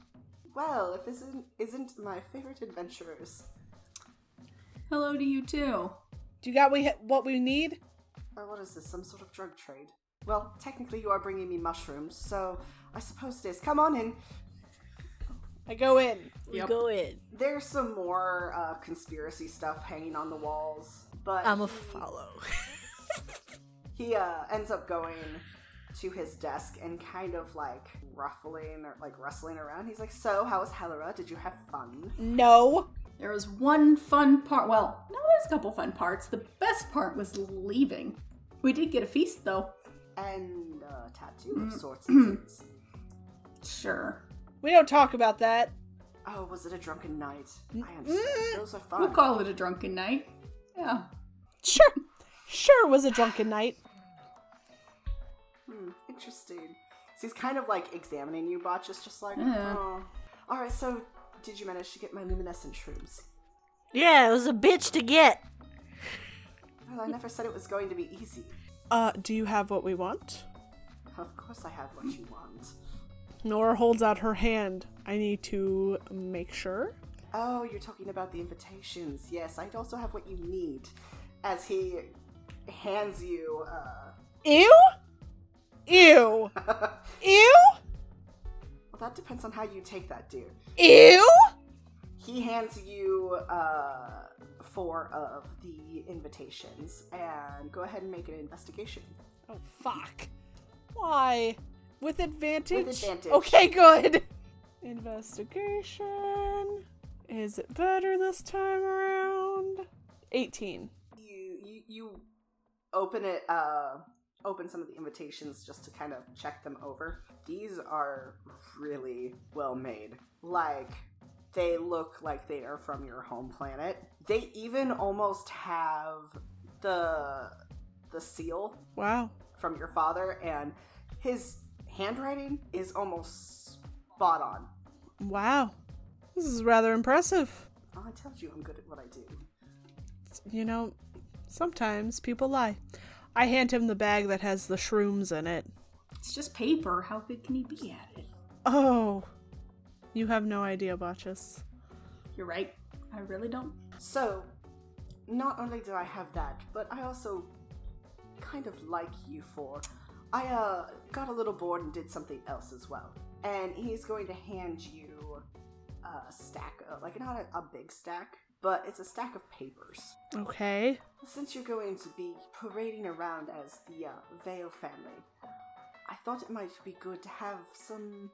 S1: Well, if this isn't, isn't my favorite adventurers.
S4: Hello to you too.
S3: Do you got we what we need?
S1: Well, what is this? Some sort of drug trade? Well, technically, you are bringing me mushrooms, so I suppose it is. Come on in.
S3: I go in.
S2: we
S4: Yep.
S2: go in.
S1: There's some more uh, conspiracy stuff hanging on the walls, but
S2: I'ma
S1: he-
S2: follow.
S1: He uh, ends up going to his desk and kind of like ruffling or like rustling around. He's like, "So, how was Hellera? Did you have fun?"
S3: No.
S4: There was one fun part. Well, no, there's a couple fun parts. The best part was leaving. We did get a feast though.
S1: And uh, tattoo of sorts. and things.
S4: Sure.
S3: We don't talk about that.
S1: oh, was it a drunken night? I understand. Those are fun.
S4: We'll call it a drunken night. Yeah.
S3: Sure. Sure was a drunken night.
S1: Hmm, interesting. So he's kind of like examining you, Botch, is just like,
S4: Yeah.
S1: oh. Alright, so did you manage to get my luminescent shrooms?
S2: yeah, it was a bitch to get.
S1: Well, I never said it was going to be easy.
S3: Uh, do you have what we want?
S1: Of course I have what you want.
S3: Nora holds out her hand. I need to make sure.
S1: Oh, you're talking about the invitations. Yes, I also have what you need. As he hands you, uh,
S3: Ew. Ew. Ew.
S1: well, that depends on how you take that, dude.
S3: Ew.
S1: He hands you, uh, four of the invitations, and go ahead and make an investigation.
S3: Oh fuck. Why? With advantage.
S1: With advantage.
S3: Okay, good. Investigation. Is it better this time around? 18.
S1: you you, you open it uh open some of the invitations just to kind of check them over these are really well made like they look like they are from your home planet they even almost have the the seal
S3: Wow.
S1: from your father and his handwriting is almost spot on
S3: Wow. This is rather impressive.
S1: oh, i told you i'm good at what i do
S3: You know, sometimes people lie. I hand him the bag that has the shrooms in it.
S4: It's just paper. How good can he be at it?
S3: Oh. You have no idea, Botchus.
S4: You're right. I really don't.
S1: So, not only do I have that, but I also kind of like you for. I uh, got a little bored and did something else as well. And he's going to hand you a stack of, like, not a, a big stack, but it's a stack of papers.
S3: Okay.
S1: Since you're going to be parading around as the uh, Vale family, I thought it might be good to have some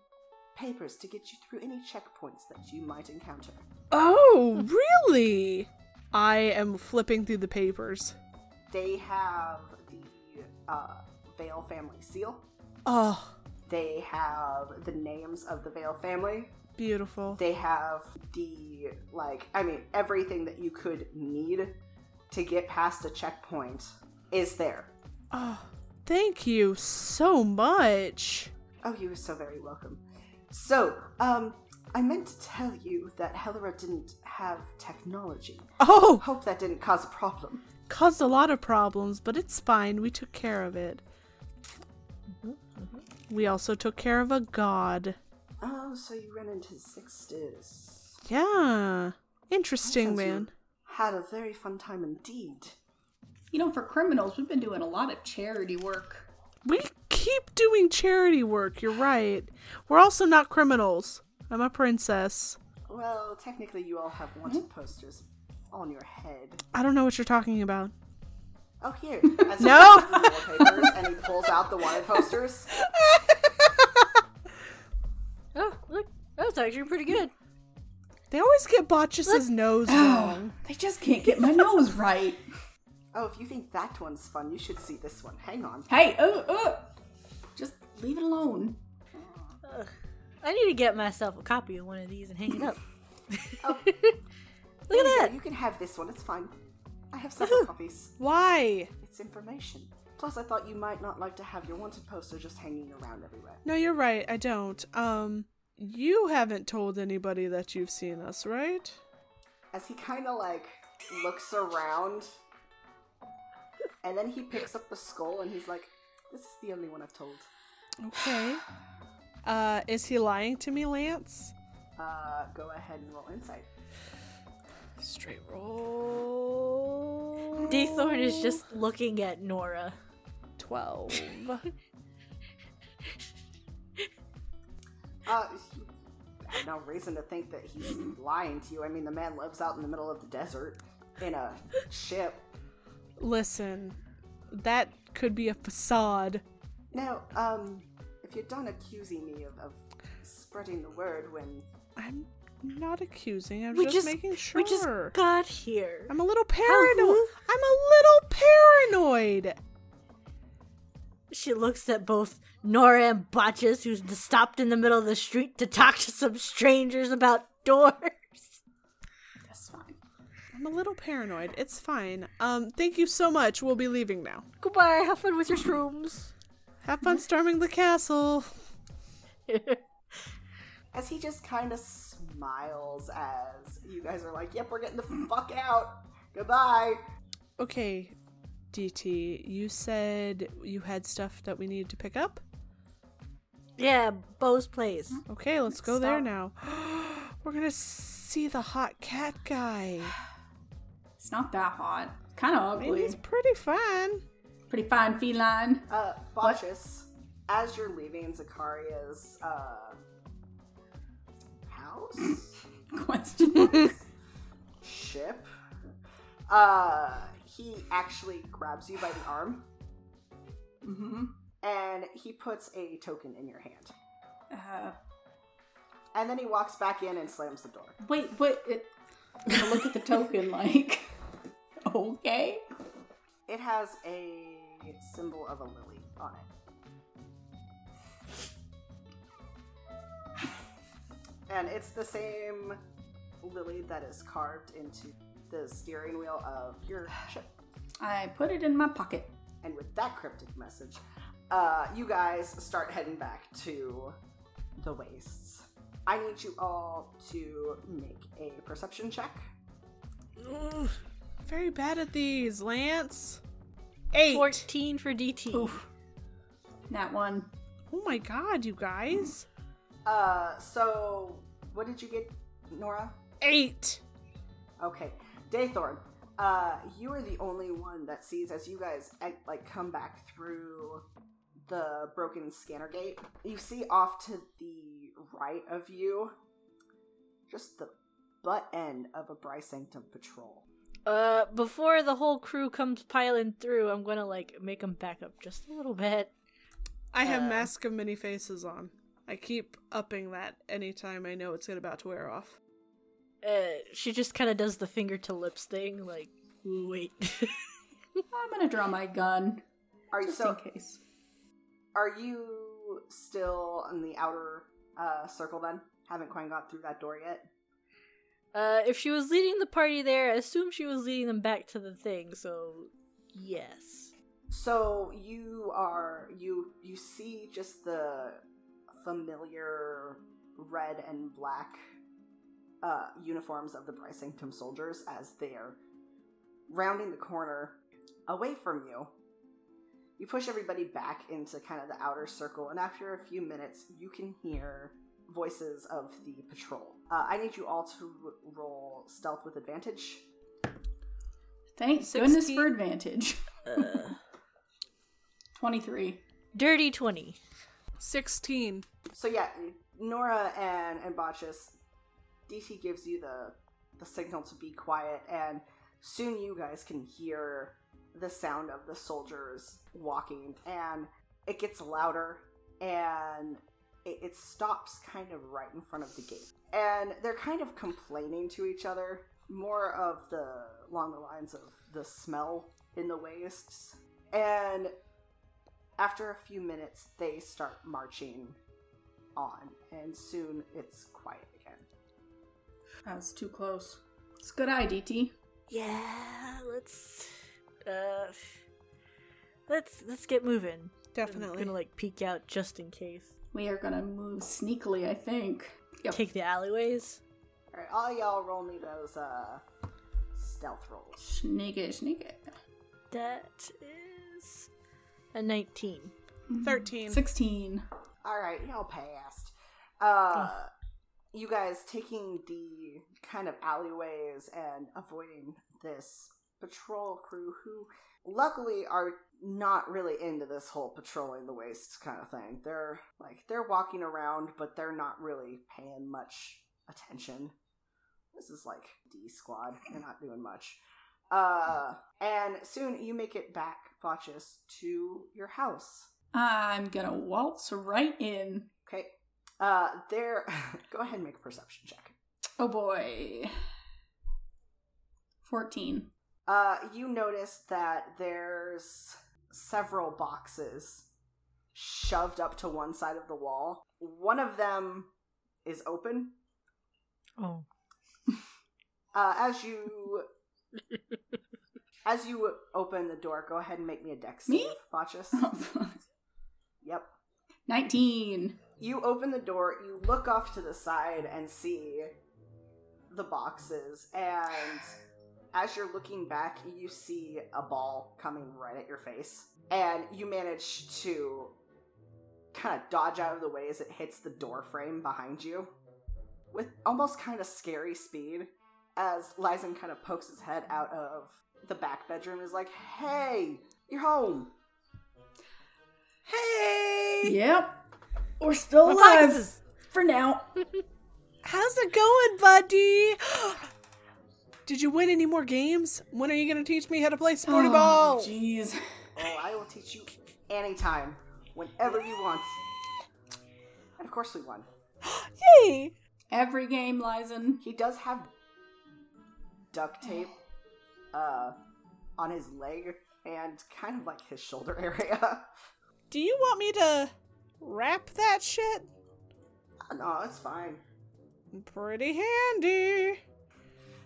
S1: papers to get you through any checkpoints that you might encounter.
S3: Oh, really? I am flipping through the papers.
S1: They have the uh, Vale family seal.
S3: Oh,
S1: They have the names of the Vale family.
S3: beautiful.
S1: They have the, like, I mean, everything that you could need to get past a checkpoint is there.
S3: Oh, thank you so much.
S1: Oh, you are so very welcome. So, um, I meant to tell you that Hellera didn't have technology.
S3: Oh,
S1: Hope that didn't cause a problem.
S3: caused a lot of problems, but it's fine. We took care of it. We also took care of a god.
S1: Oh, so you ran into Sixtus.
S3: Yeah. Interesting,
S1: Sounds you
S3: man.
S1: Had a very fun time indeed.
S4: You know, for criminals, we've been doing a lot of charity work.
S3: We keep doing charity work. You're right. We're also not criminals. I'm a princess.
S1: Well, technically, you all have wanted posters on your head.
S3: I don't know what you're talking about.
S1: Oh, here. As he
S3: No.
S1: looks at the wallpapers and he pulls out the wanted posters.
S2: Oh, look. That was actually pretty good.
S3: They always get Botchus's nose
S4: Oh,
S3: wrong.
S4: they just can't get my nose right.
S1: Oh, if you think that one's fun, you should see this one. Hang on.
S4: Hey, oh, oh, just leave it alone.
S2: I need to get myself a copy of one of these and hang it up.
S4: Oh.
S1: Look
S2: at that.
S1: You can have this one. It's fine. I have several copies.
S3: Why?
S1: It's information. Plus, I thought you might not like to have your wanted poster just hanging around everywhere.
S3: No, you're right. I don't. Um, you haven't told anybody that you've seen us, right?
S1: As he kind of like looks around, and then he picks up the skull and he's like, "This is the only one I've told."
S3: Okay. Uh, is he lying to me, Lance?
S1: Uh, go ahead and roll insight.
S3: Straight roll.
S2: D Thorne is just looking at Nora.
S3: 12.
S1: Uh, I have no reason to think that he's lying to you. I mean, the man lives out in the middle of the desert in a ship.
S3: Listen, that could be a facade.
S1: Now, um, if you're done accusing me of, of spreading the word when
S3: I'm not accusing. I'm
S2: we
S3: just,
S2: just
S3: making sure.
S2: we just got here.
S3: I'm a little
S2: How
S3: paranoid.
S2: who?
S3: I'm a little paranoid.
S2: She looks at both Nora and Botches, who's stopped in the middle of the street to talk to some strangers about doors.
S4: That's fine.
S3: I'm a little paranoid. It's fine. Um, thank you so much. We'll be leaving now.
S2: Goodbye. Have fun with your shrooms.
S3: Have
S2: Mm-hmm.
S3: fun storming the castle.
S1: as he just kind of smiles as you guys are like, "Yep, we're getting the fuck out. Goodbye."
S3: Okay, DT, you said you had stuff that we needed to pick up?
S2: yeah, Bo's place.
S3: Okay, let's go there
S4: Stop.
S3: now. We're gonna see the hot cat guy.
S4: It's not that hot. Kind of
S3: And
S4: ugly.
S3: he's pretty fun.
S4: Pretty fine feline.
S1: Uh, Botchus, as you're leaving Zakaria's uh, house.
S4: Question.
S1: ship. Uh, he actually grabs you by the arm
S4: hmm
S1: and he puts a token in your hand.
S4: uh,
S1: And then he walks back in and slams the door.
S4: wait, wait. It, I'm gonna look at the token. Like, okay.
S1: It has a symbol of a lily on it. And it's the same lily that is carved into the steering wheel of your ship.
S4: I put it in my pocket.
S1: And with that cryptic message, uh, you guys start heading back to the wastes. I need you all to make a perception check.
S3: Ugh, Very bad at these, Lance. Eight.
S2: 14 for DT.
S4: Oof. That one.
S3: Oh my god, you guys.
S1: Uh, so, what did you get, Nora?
S3: Eight.
S1: Okay, Daythorn. Uh, you are the only one that sees as you guys eh, like come back through the broken scanner gate. You see off to the right of you, just the butt end of a Brisanctum patrol.
S2: Uh, before the whole crew comes piling through, I'm gonna like make them back up just a little bit.
S3: I have
S2: Uh.
S3: Mask of Many Faces on. I keep upping that anytime I know it's about to wear off.
S2: Uh, she just kind of does the finger to lips thing, like, wait.
S4: I'm gonna draw my gun
S1: Are you
S4: just
S1: so?
S4: in case.
S1: Are you still in the outer uh, circle then? Haven't quite got through that door yet.
S2: uh, if she was leading the party there, I assume she was leading them back to the thing, so yes.
S1: So you are you you see just the familiar red and black uh, uniforms of the Brysington soldiers as they are rounding the corner away from you. You push everybody back into kind of the outer circle, and after a few minutes, you can hear voices of the patrol. Uh, I need you all to roll stealth with advantage.
S4: Thank goodness for advantage.
S2: Uh,
S4: 23.
S2: dirty 20.
S3: 16.
S1: So yeah, Nora and and Botchus, DT gives you the the signal to be quiet, and soon you guys can hear the sound of the soldiers walking, and it gets louder, and it, it stops kind of right in front of the gate. And they're kind of complaining to each other, more of the along the lines of the smell in the wastes. And after a few minutes, they start marching on, and soon it's quiet again.
S4: That's too close. It's a good eye, DT.
S2: Yeah, let's uh let's let's get moving. I'm
S3: Definitely.
S2: gonna like peek out just in case.
S4: We are gonna move sneakily, I think. Yep.
S2: Take the alleyways.
S1: All right, all y'all roll me those uh, stealth rolls.
S4: Sneak it, sneak it.
S2: That is a nineteen.
S3: 13.
S4: 16.
S1: All right, y'all passed. Uh, You guys taking the kind of alleyways and avoiding this patrol crew who luckily are not really into this whole patrolling the wastes kind of thing. They're like they're walking around but they're not really paying much attention. This is like D squad. They're not doing much. Uh and soon you make it back, Botchus, to your house.
S4: I'm gonna waltz right in.
S1: Okay. Uh, there. go ahead and make a perception check.
S4: Oh boy. 14.
S1: Uh, you notice that there's several boxes shoved up to one side of the wall. One of them is open.
S2: Oh.
S1: Uh, as you as you open the door, go ahead and make me a dex
S4: Me?
S1: save, Botchus. yep.
S4: 19.
S1: You open the door, you look off to the side and see the boxes, and as you're looking back, you see a ball coming right at your face, and you manage to kind of dodge out of the way as it hits the door frame behind you with almost kind of scary speed. As Lysen kind of pokes his head out of the back bedroom, and is like, "Hey, you're home."
S3: Hey!
S4: Yep. Hmm. We're still alive for now.
S3: How's it going, buddy? Did you win any more games? When are you going to teach me how to play sporty
S4: Oh,
S3: ball?
S4: Jeez.
S1: Oh, I will teach you anytime, whenever you want. And of course, we won.
S3: Hey!
S4: Every game, Lizen.
S1: He does have duct tape uh, on his leg and kind of like his shoulder area.
S3: Do you want me to wrap that shit?
S1: no, it's fine.
S3: Pretty handy.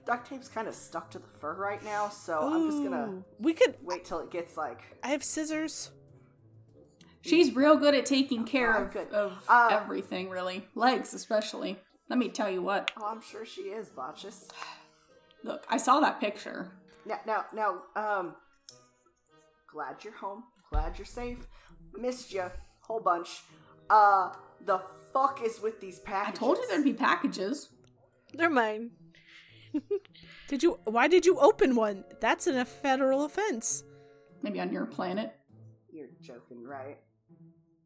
S1: Duct tape's kind of stuck to the fur right now, so Oh, I'm just gonna
S3: Ooh, We could.
S1: wait till it gets like.
S3: I have scissors.
S4: She's real good at taking care
S1: Oh, I'm
S4: of,
S1: good.
S4: of
S1: Uh,
S4: everything, really. Legs, especially. Let me tell you what.
S1: Oh, I'm sure she is, Botchus.
S4: Look, I saw that picture.
S1: Now, now, now, um, glad you're home. Glad you're safe. Missed you, whole bunch. Uh, the fuck is with these
S4: I
S1: packages?
S4: told you there'd be packages.
S2: They're mine.
S3: Did you? Why did you open one? That's an, a federal offense.
S4: Maybe on your planet.
S1: You're joking, right?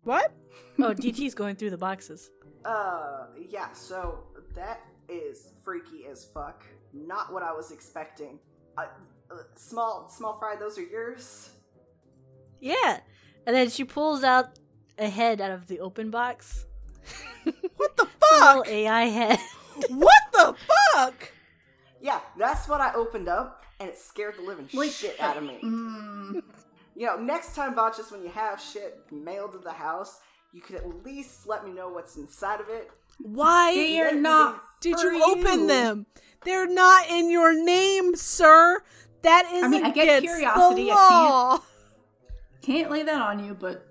S3: What?
S2: Oh, DT's going through the boxes.
S1: Uh, yeah, so that is freaky as fuck. Not what I was expecting. Uh, uh, small, small fry, those are yours?
S2: Yeah. And then she pulls out a head out of the open box.
S3: What the
S2: Little
S3: fuck?
S2: AI head.
S3: what the fuck?
S1: Yeah, that's what I opened up, and it scared the living
S4: Wait.
S1: shit out of me.
S4: Mm.
S1: You know, next time, Botchus, when you have shit mailed to the house, you could at least let me know what's inside of it.
S3: Why
S4: They are
S1: Let me
S4: not-
S3: did you
S1: for
S3: open them? They're not in your name, sir. That is
S4: mean, I get
S3: against
S4: curiosity,
S3: The
S4: I can't-
S3: law.
S4: Can't lay that on you, but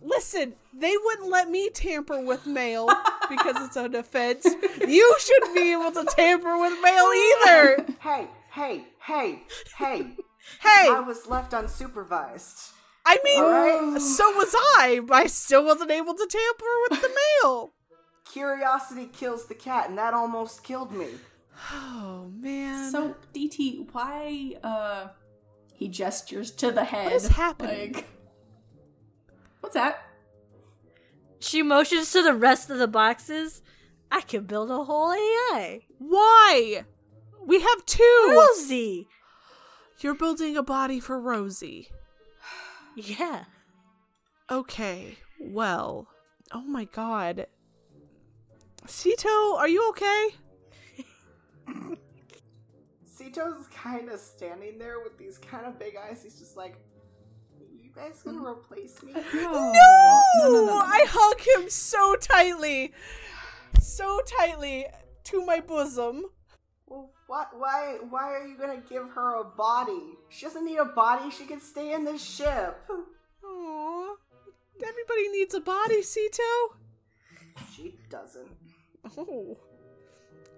S3: Listen, they wouldn't let me tamper with mail because it's an offense. You shouldn't be able to tamper with mail either.
S1: Hey, hey, hey, hey, I
S3: Hey,
S1: was left unsupervised.
S3: I mean,
S4: Oh.
S1: Alright.
S3: so was I, but I still wasn't able to tamper with the mail.
S1: Curiosity kills the cat, and that almost killed me.
S3: Oh man.
S4: So DT, why uh he gestures to the head.
S3: is happening?
S4: Like, what's that?
S2: she motions to the rest of the boxes. I can build a whole AI.
S3: why? We have two.
S2: Rosie,
S3: You're building a body for Rosie.
S2: Yeah.
S3: Okay, well. Oh my god. Sito, are you okay?
S1: Sito's kind of standing there with these kind of big eyes. He's just like, "You guys gonna replace me?"
S4: No!
S3: Oh, Ooh, I hug him so tightly. So tightly to my bosom.
S1: Well, what? Why? Why are you gonna give her a body? She doesn't need a body. She can stay in the ship.
S3: Aw. Everybody needs a body, Sito.
S1: She doesn't.
S3: Oh.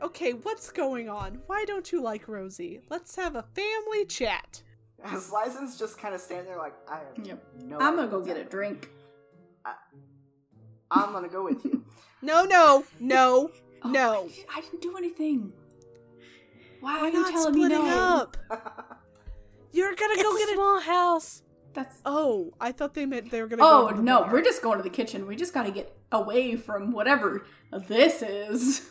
S3: Okay, what's going on? Why don't you like Rosie? Let's have a family chat.
S1: As Lysen's just kind of standing there, like, "I have
S4: Yep.
S1: no."
S4: I'm
S1: idea
S4: gonna go
S1: what's
S4: get a
S1: happening.
S4: drink.
S1: I'm gonna go with you.
S3: No, no, no.
S4: Oh,
S3: No.
S4: I, did- I didn't do anything. Why
S3: We're
S4: are you
S3: not
S4: telling me
S3: splitting
S4: no?
S3: up. You're gonna
S2: It's
S3: go
S2: a
S3: get a.
S2: small house.
S4: That's
S3: Oh, I thought they meant they were gonna. go
S4: Oh
S3: to the
S4: no,
S3: bar.
S4: we're just going to the kitchen. We just got to get away from whatever this is.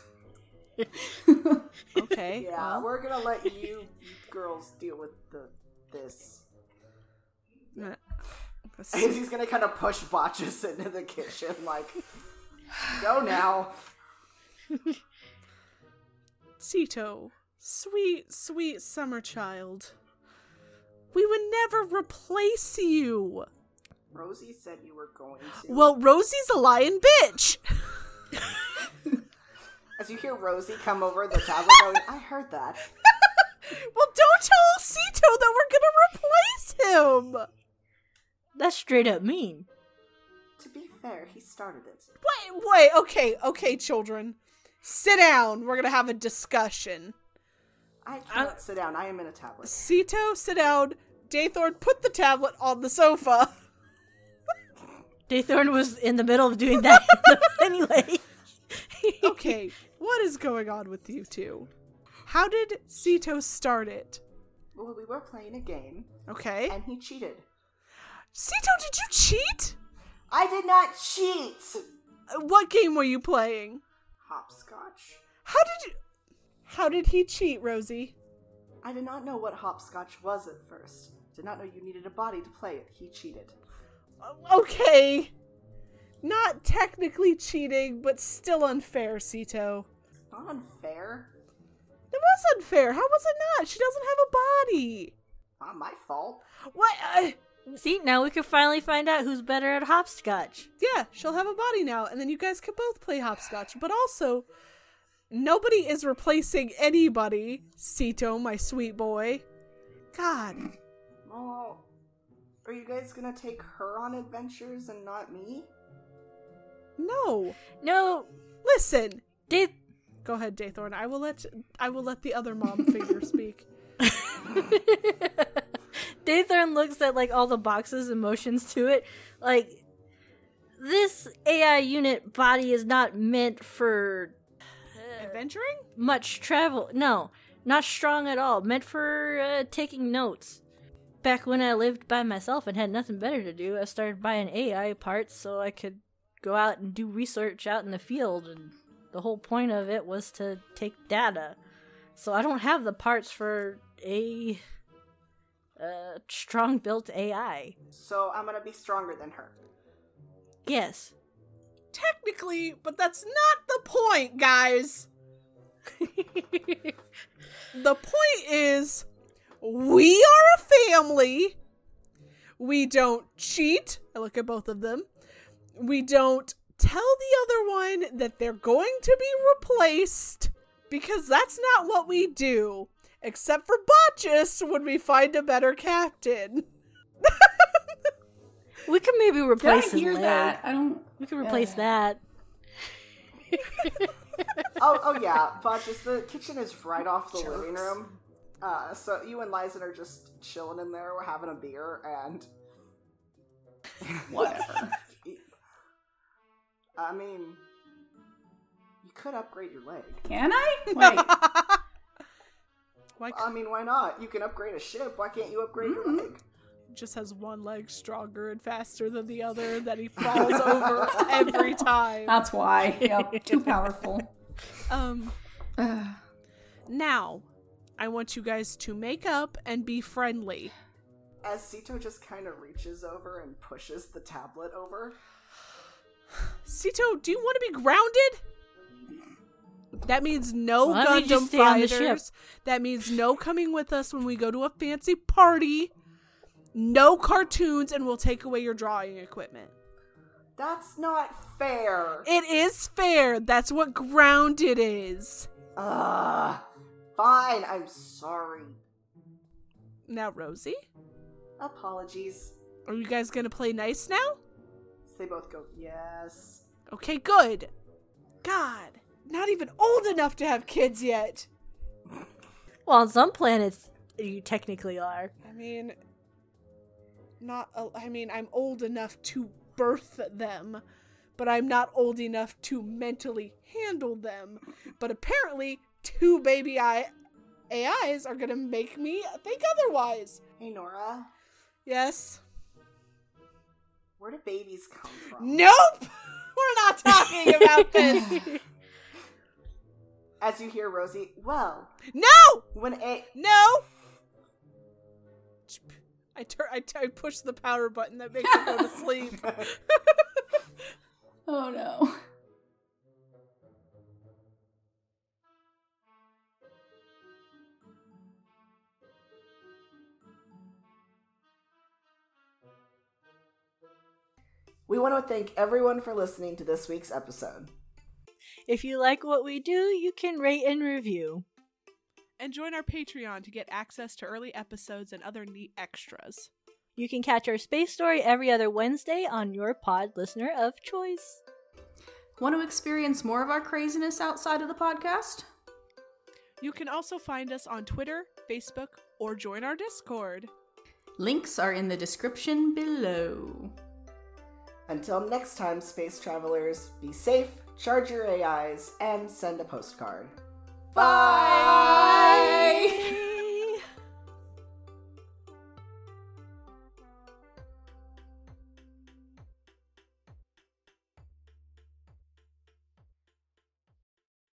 S3: okay.
S1: yeah,
S3: well,
S1: we're gonna let you girls deal with the this.
S3: that's-
S1: He's gonna kind of push Botchus into the kitchen, like, "Go now."
S3: Sito, sweet, sweet summer child. We would never replace you.
S1: Rosie said you were going to.
S3: Well, Rosie's a lying bitch.
S1: As you hear Rosie come over the tablet, going, I heard that.
S3: Well, don't tell Sito that we're gonna replace him.
S2: That's straight up mean.
S1: To be fair, he started it.
S3: Wait, wait, okay, okay, children. Sit down. We're gonna have a discussion.
S1: I cannot sit down. I am in a tablet.
S3: Sito, sit down. Daythorn, put the tablet on the sofa.
S2: Daythorn was in the middle of doing that anyway.
S3: Okay, what is going on with you two? How did Sito start it?
S1: Well, we were playing a game,
S3: Okay.
S1: and he cheated.
S3: Sito, did you cheat?
S1: I did not cheat!
S3: Uh, What game were you playing?
S1: Hopscotch?
S3: How did you. How did he cheat, Rosie?
S1: I did not know what hopscotch was at first. Did not know you needed a body to play it. He cheated.
S3: Uh, Okay. Not technically cheating, but still unfair, Sito.
S1: It's not unfair.
S3: It was unfair. How was it not? She doesn't have a body.
S1: Not my fault.
S3: What? Uh,
S2: See, now we can finally find out who's better at hopscotch.
S3: yeah, she'll have a body now, and then you guys can both play hopscotch. But also, nobody is replacing anybody. Sito, my sweet boy. God.
S1: Well, are you guys gonna take her on adventures and not me?
S3: No.
S2: No,
S3: Listen.
S2: Day-
S3: Go ahead, Daythorn. I will let I will let the other mom figure speak.
S2: Daythorn looks at like all the boxes and motions to it. Like this AI unit body is not meant for
S3: Adventuring?
S2: much travel. No, not strong at all. Meant for uh, taking notes. Back when I lived by myself and had nothing better to do, I started buying AI parts so I could go out and do research out in the field. And the whole point of it was to take data. So I don't have the parts for a uh, strong built AI.
S1: So I'm gonna be stronger than her.
S2: Yes.
S3: Technically, but that's not the point, guys. The point is, we are a family. We don't cheat. I look at both of them. We don't tell the other one that they're going to be replaced because that's not what we do. Except for Botchus when we find a better captain.
S2: we could maybe
S4: Did I
S2: replace his
S4: hear
S2: leg.
S4: that? I don't.
S2: We could replace
S4: Uh.
S2: that.
S1: oh, oh yeah, but just the kitchen is right off the living room. Uh, so you and Lizen are just chilling in there. We're having a beer, and
S4: Whatever.
S1: I mean, you could upgrade your leg.
S4: Can I? Wait.
S3: Why
S1: I mean, why not? You can upgrade a ship. Why can't you upgrade your
S4: Mhm.
S1: leg?
S3: just has one leg stronger and faster than the other that he falls over every time.
S4: That's why. Yep. Too powerful.
S3: Um
S4: Ugh.
S3: now, I want you guys to make up and be friendly.
S1: As Sito just kind of reaches over and pushes the tablet over.
S3: Sito, do you want to be grounded? That means no
S2: Well, that means you
S3: Gundam
S2: stay on the
S3: fighters.
S2: ship.
S3: That means no coming with us when we go to a fancy party. No cartoons, and we'll take away your drawing equipment.
S1: That's not fair.
S3: It is fair. That's what grounded is.
S1: Ugh. Fine, I'm sorry.
S3: Now, Rosie,
S1: Apologies.
S3: are you guys gonna play nice now?
S1: They both go, yes.
S3: Okay, good.
S5: God, not even old enough to have kids yet.
S2: Well, on some planets, you technically are.
S5: I mean, not. a- I mean, I'm old enough to birth them, but I'm not old enough to mentally handle them. But apparently, two baby I- AIs are gonna make me think otherwise.
S1: Hey, Nora,
S5: Yes.
S1: where do babies come from?
S5: Nope. We're not talking about this.
S1: As you hear Rosie, well,
S3: No!
S1: when a
S3: No!
S5: I tur- I, t- I push the power button that makes it go to sleep.
S4: Oh no.
S1: we want to thank everyone for listening to this week's episode.
S2: If you like what we do, you can rate and review.
S3: And join our Patreon to get access to early episodes and other neat extras.
S2: You can catch our space story every other Wednesday on your pod listener of choice.
S4: Want to experience more of our craziness outside of the podcast?
S3: You can also find us on Twitter, Facebook, or join our Discord.
S4: Links are in the description below.
S1: Until next time, space travelers, be safe, charge your AIs, and send a postcard.
S4: Bye!